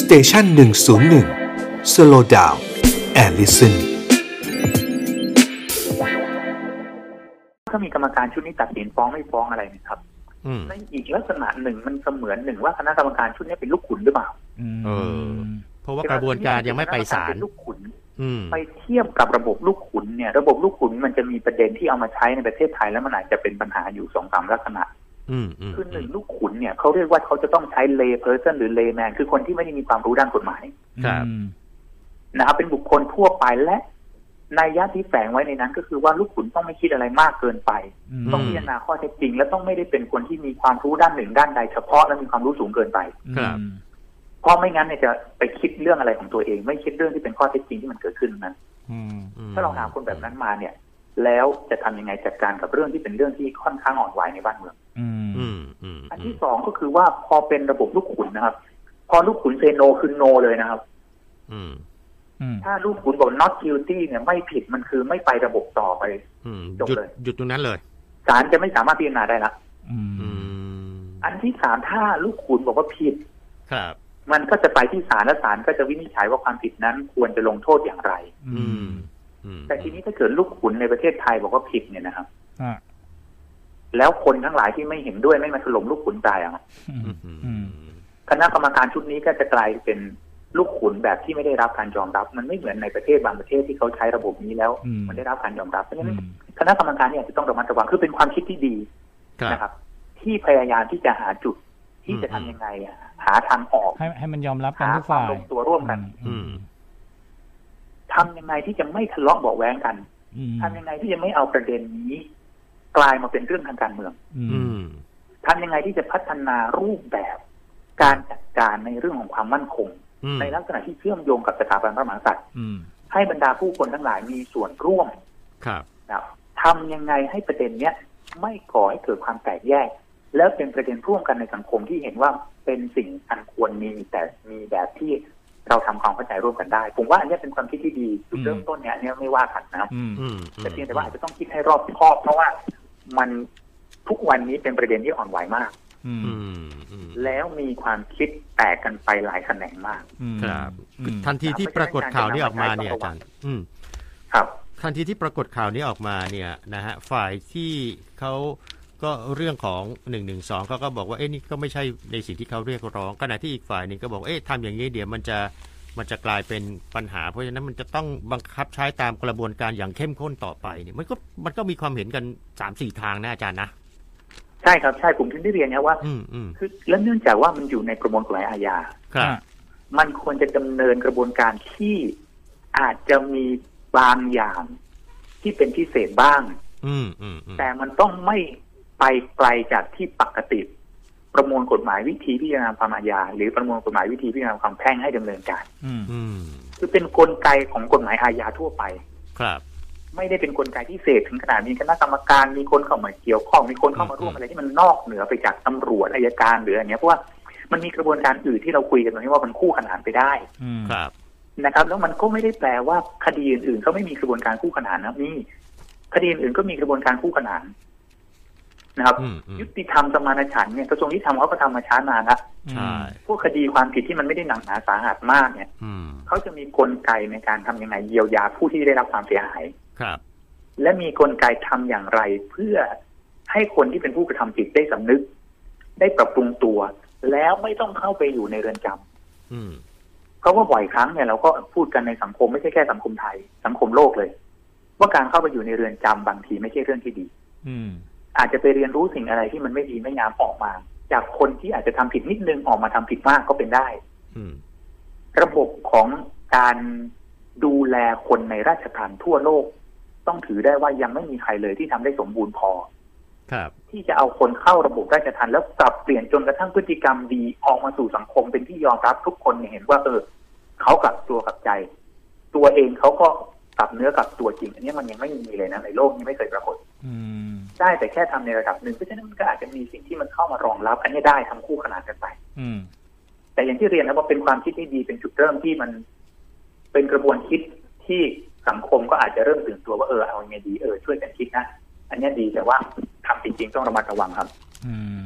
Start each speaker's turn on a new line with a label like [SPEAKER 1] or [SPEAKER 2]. [SPEAKER 1] สเตชันหนึ่งศูนย์หนึ่งสโลดาวแอลลิสัน
[SPEAKER 2] ก็มีกรรมการชุดนี้ตัดสินฟ้องไม่ฟ้องอะไรนะครับ
[SPEAKER 3] อืม
[SPEAKER 2] ในอีกลักษณะหนึ่งมันเสมือนหนึ่งว่าคณะกรรมการชุดนี้เป็นลูกขุนหรือเปล่า
[SPEAKER 3] เออ เพราะว่ากระบวนการยังไม่ไปศาล
[SPEAKER 2] เป็นลูกขุน
[SPEAKER 3] อืม
[SPEAKER 2] ไปเทียบกับระบบลูกขุนเนี่ย ระบบลูกขุนมันจะมีประเด็นที่เอามาใช้ในประเทศไทยแล้วมันอาจจะเป็นปัญหาอยู่สองสามลักษณะ
[SPEAKER 3] อืมอืม
[SPEAKER 2] คือหนึ่งลูกขุนเนี่ยเขาเรียกว่าเขาจะต้องใช้ lay person หรือ lay man คือคนที่ไม่ได้มีความรู้ด้านกฎหมาย
[SPEAKER 3] ครับ
[SPEAKER 2] นะครับเป็นบุคคลทั่วไปและนัยยะที่แฝงไว้ในนั้น ก็คือว่าลูกขุนต้องไม่คิดอะไรมากเกินไป ต้องพิจารณาข้อเท็จจริง และต้องไม่ได้เป็นคนที่มีความรู้ด้านหนึ่งด้านใดเฉพาะและมีความรู้สูงเกินไป
[SPEAKER 3] ครับ
[SPEAKER 2] เพราะไม่งั้นเนี่ยจะไปคิดเรื่องอะไรของตัวเอง ไม่คิดเรื่องที่เป็นข้อเท็จจริงที่มันเกิดขึ้นนั้น
[SPEAKER 3] อืม
[SPEAKER 2] ถ้าเราหาคนแบบนั้นมาเนี่ย แล้วจะทำยังไงจัดการกับเรื่องที่เป็นเรื่องที่ค่อนข้างอ่อนไหวในบ้านเมือง
[SPEAKER 3] อืมอืม
[SPEAKER 2] อันที่สองก็คือว่าพอเป็นระบบลูกขุนนะครับ พอลูกขุนเซโนคือโนเลยนะครับ
[SPEAKER 3] อืม
[SPEAKER 2] ถ้าลูกขุนบอก not guilty เนี่ยไม่ผิดมันคือไม่ไประบบต่อไป
[SPEAKER 3] อืม
[SPEAKER 2] จบ
[SPEAKER 3] หยุด
[SPEAKER 2] เลย
[SPEAKER 3] หยุดตรงนั้นเลย
[SPEAKER 2] ศาลจะไม่สามารถพิจารณาได้ละ
[SPEAKER 3] อืม
[SPEAKER 2] อันที่สามถ้าลูกขุนบอกว่าผิด
[SPEAKER 3] ครับ
[SPEAKER 2] มันก็จะไปที่ศาลและศาลก็จะวินิจฉัยว่าความผิดนั้นควรจะลงโทษอย่างไร
[SPEAKER 3] อืมอืม
[SPEAKER 2] แต่ทีนี้ถ้าเกิดลูกขุนในประเทศไทยบอกว่าผิดเนี่ยนะครับ แล้วคนทั้งหลายที่ไม่เห็นด้วยไม่มาถล่มลูกขุนตายอ่ะ
[SPEAKER 3] อืมอืม
[SPEAKER 2] คณะกรรมการชุดนี้ก็จะกลายเป็นลูกขุนแบบที่ไม่ได้รับการยอมรับ มันไม่เหมือนในประเทศบางประเทศที่เขาใช้ระบบนี้แล้ว
[SPEAKER 4] อืม
[SPEAKER 2] มันได้รับการยอมรับเพราะฉะนั้นคณะกรรมการเนี่ยจะต้องระมัดระวังคือเป็นความคิดที่ดี
[SPEAKER 3] ครับ
[SPEAKER 2] นะครับ ที่พยายามที่จะหาจุดที่จะทำยังไงอะหาทางออก
[SPEAKER 4] ให้ให้มันยอมรับกัน
[SPEAKER 2] หา
[SPEAKER 4] ทุก
[SPEAKER 2] ความ
[SPEAKER 4] ฝ่าย
[SPEAKER 2] ลงตัวร่วมกัน
[SPEAKER 3] อืม
[SPEAKER 2] ทำยังไงที่จะไม่ทะเลาะเบาะแว้งกัน
[SPEAKER 4] อืม
[SPEAKER 2] ทำยังไงที่จะไม่เอาประเด็นนี้ กลายมาเป็นเรื่องทางการเมือง
[SPEAKER 4] อื
[SPEAKER 3] อื
[SPEAKER 4] ม
[SPEAKER 3] ม
[SPEAKER 2] ทำยังไงที่จะพัฒนารูปแบบ การจัดการในเรื่องของความมั่นคง
[SPEAKER 3] อืม
[SPEAKER 2] ในลักษณะที่เชื่อมโยงกับสถาบันพระมหากษัตริย์
[SPEAKER 4] อืม
[SPEAKER 2] ให้บรรดาผู้คนทั้งหลายมีส่วนร่วม
[SPEAKER 3] ครับ
[SPEAKER 2] นะครับทำยังไงให้ประเด็นเนี้ยไม่ก่อให้เกิดความแตกแยก แล้วเป็นประเด็นร่วมกันในสังคมที่เห็นว่าเป็นสิ่งอันควรมีแต่มีแบบที่เราทำความเข้าใจร่วมกันได้ ผมว่าอันเนี้ยเป็นความคิดที่ดีจุดเริ่มต้นเนี้ยอันเนี้ยไม่ว่ากันนะครับ
[SPEAKER 4] อืม
[SPEAKER 3] อืม
[SPEAKER 2] แต่เพียงแต่ว่าอาจจะต้องคิดให้รอบคอบ เพราะว่ามันทุกวันนี้เป็นประเด็นที่อ่อนไหวมาก
[SPEAKER 4] อืม
[SPEAKER 3] อืมอืม
[SPEAKER 2] แล้วมีความคิดแตกกันไปหลายแขนงมาก
[SPEAKER 4] อืม
[SPEAKER 3] ครับ
[SPEAKER 4] อืม
[SPEAKER 3] ทันทีที่ปรากฏข่าวนี้ออกมาเนี่ยอาจารย์อืม
[SPEAKER 2] ครับ
[SPEAKER 3] ทันทีที่ปรากฏข่าวนี้ออกมาเนี่ยนะฮะฝ่ายที่เขาก็เรื่องของ1นึเขาก็บอกว่าเอ๊ะนี่ก็ไม่ใช่ในสิ่งที่เขาเรียกร้องขณะที่อีกฝ่ายหนึ่งก็บอกเอ๊ะทำอย่างนี้เดี๋ยวมันจะมันจะกลายเป็นปัญหา เพราะฉะนั้นมันจะต้องบังคับใช้ตามกระบวนการอย่างเข้มข้นต่อไปเนี่ยมันก็มันก็มีความเห็นกัน3ามสี่ทางนะอาจารย์นะ
[SPEAKER 2] ใช่ครับใช่ผมถึงได้เรียนนะว่า
[SPEAKER 3] อืมอืม
[SPEAKER 2] คือและเนื่องจากว่ามันอยู่ในประมวลกฎหมายอาญา
[SPEAKER 3] ครับ
[SPEAKER 2] มันควรจะดำเนินกระบวนการที่อาจจะมีบางอย่างที่เป็นพิเศษบ้าง
[SPEAKER 3] อืมอืมอืม
[SPEAKER 2] แต่มันต้องไม่ไปไกลจากที่ปกติ ประมวลกฎหมายวิธีพิจารณาความอาญาหรือประมวลกฎหมายวิธีพิจารณาความแพ่งให้ดำเนินการ
[SPEAKER 4] อืม
[SPEAKER 3] อืม
[SPEAKER 2] คือเป็นกลไกของกฎหมายอาญาทั่วไป
[SPEAKER 3] ครับ
[SPEAKER 2] ไม่ได้เป็นกลไกพิเศษถึงขนาดมีคณะกรรมการมีคนเข้ามาเกี่ยวข้องมีคนเข้ามาร่วมอะไรที่มันนอกเหนือไปจากตำรวจอายการหรืออะไรเงี้ยเพราะว่ามันมีกระบวนการอื่นที่เราคุยกันตรงนี้ว่ามันคู่ขนานไปได้
[SPEAKER 4] อืม
[SPEAKER 3] ครับ
[SPEAKER 2] นะครับแล้วมันก็ไม่ได้แปลว่าคดีอื่นๆเขาไม่มีกระบวนการคู่ขนานนะครับนี่คดีอื่นๆก็มีกระบวนการคู่ขนานนะครับ
[SPEAKER 3] อืมอืม
[SPEAKER 2] ยุติธรรมสมานฉันท์เนี่ยกระทรวงยุติธรรมเขาก็ทำมาช้านานละ
[SPEAKER 4] อืม
[SPEAKER 3] ใช่
[SPEAKER 2] พวกคดีความผิดที่มันไม่ได้หนักหนาสาหัสมากเนี่ย
[SPEAKER 3] อืม
[SPEAKER 2] เขาจะมีกลไกในการทำยังไงเยียวยาผู้ที่ได้รับความเสียหาย
[SPEAKER 3] ครับ
[SPEAKER 2] และมีกลไกทำอย่างไร เพื่อให้คนที่เป็นผู้กระทำผิดได้สำนึก ได้ปรับปรุงตัว แล้วไม่ต้องเข้าไปอยู่ในเรือนจำ
[SPEAKER 3] อืม
[SPEAKER 2] เพราะว่าบ่อยครั้งเนี่ยเราก็พูดกันในสังคมไม่ใช่แค่สังคมไทย สังคมโลกเลย ว่าการเข้าไปอยู่ในเรือนจำบางทีไม่ใช่เรื่องที่ดี
[SPEAKER 4] อืม
[SPEAKER 2] อาจจะไปเรียนรู้สิ่งอะไรที่มันไม่ดีไม่งามออกมา จากคนที่อาจจะทำผิดนิดนึงออกมาทำผิดมากก็เป็นได้
[SPEAKER 3] อืม
[SPEAKER 2] ระบบของการดูแลคนในราชการทั่วโลก ต้องถือได้ว่ายังไม่มีใครเลยที่ทำได้สมบูรณ์พอ
[SPEAKER 3] ครับ
[SPEAKER 2] ที่จะเอาคนเข้าระบบราชทัณฑ์แล้วปรับเปลี่ยนจนกระทั่งพฤติกรรมดีออกมาสู่สังคมเป็นที่ยอมรับทุกคนเนี่ยเห็นว่าเออเขากลับตัวกลับใจ ตัวเองเขาก็กลับเนื้อกลับตัวจริง อันนี้มันยังไม่มีเลยนะในโลกนี้ไม่เคยปรากฏ
[SPEAKER 4] อืม
[SPEAKER 2] ได้แต่แค่ทำในระดับหนึ่งเพราะฉะนั้นมันก็อาจจะมีสิ่งที่มันเข้ามารองรับ อันนี้ได้ทั้งคู่ขนานกันไป
[SPEAKER 4] อืม
[SPEAKER 2] แต่อย่างที่เรียนนะว่าเป็นความคิดที่ดีเป็นจุดเริ่มที่มัน เป็นกระบวนคิดที่สังคมก็อาจจะเริ่มตื่นตัวว่าเออเอายังไงดีเออช่วยกันคิดนะอันนี้ดีแต่ว่าทำจริงๆต้องระมัดระวังครับ
[SPEAKER 4] อืม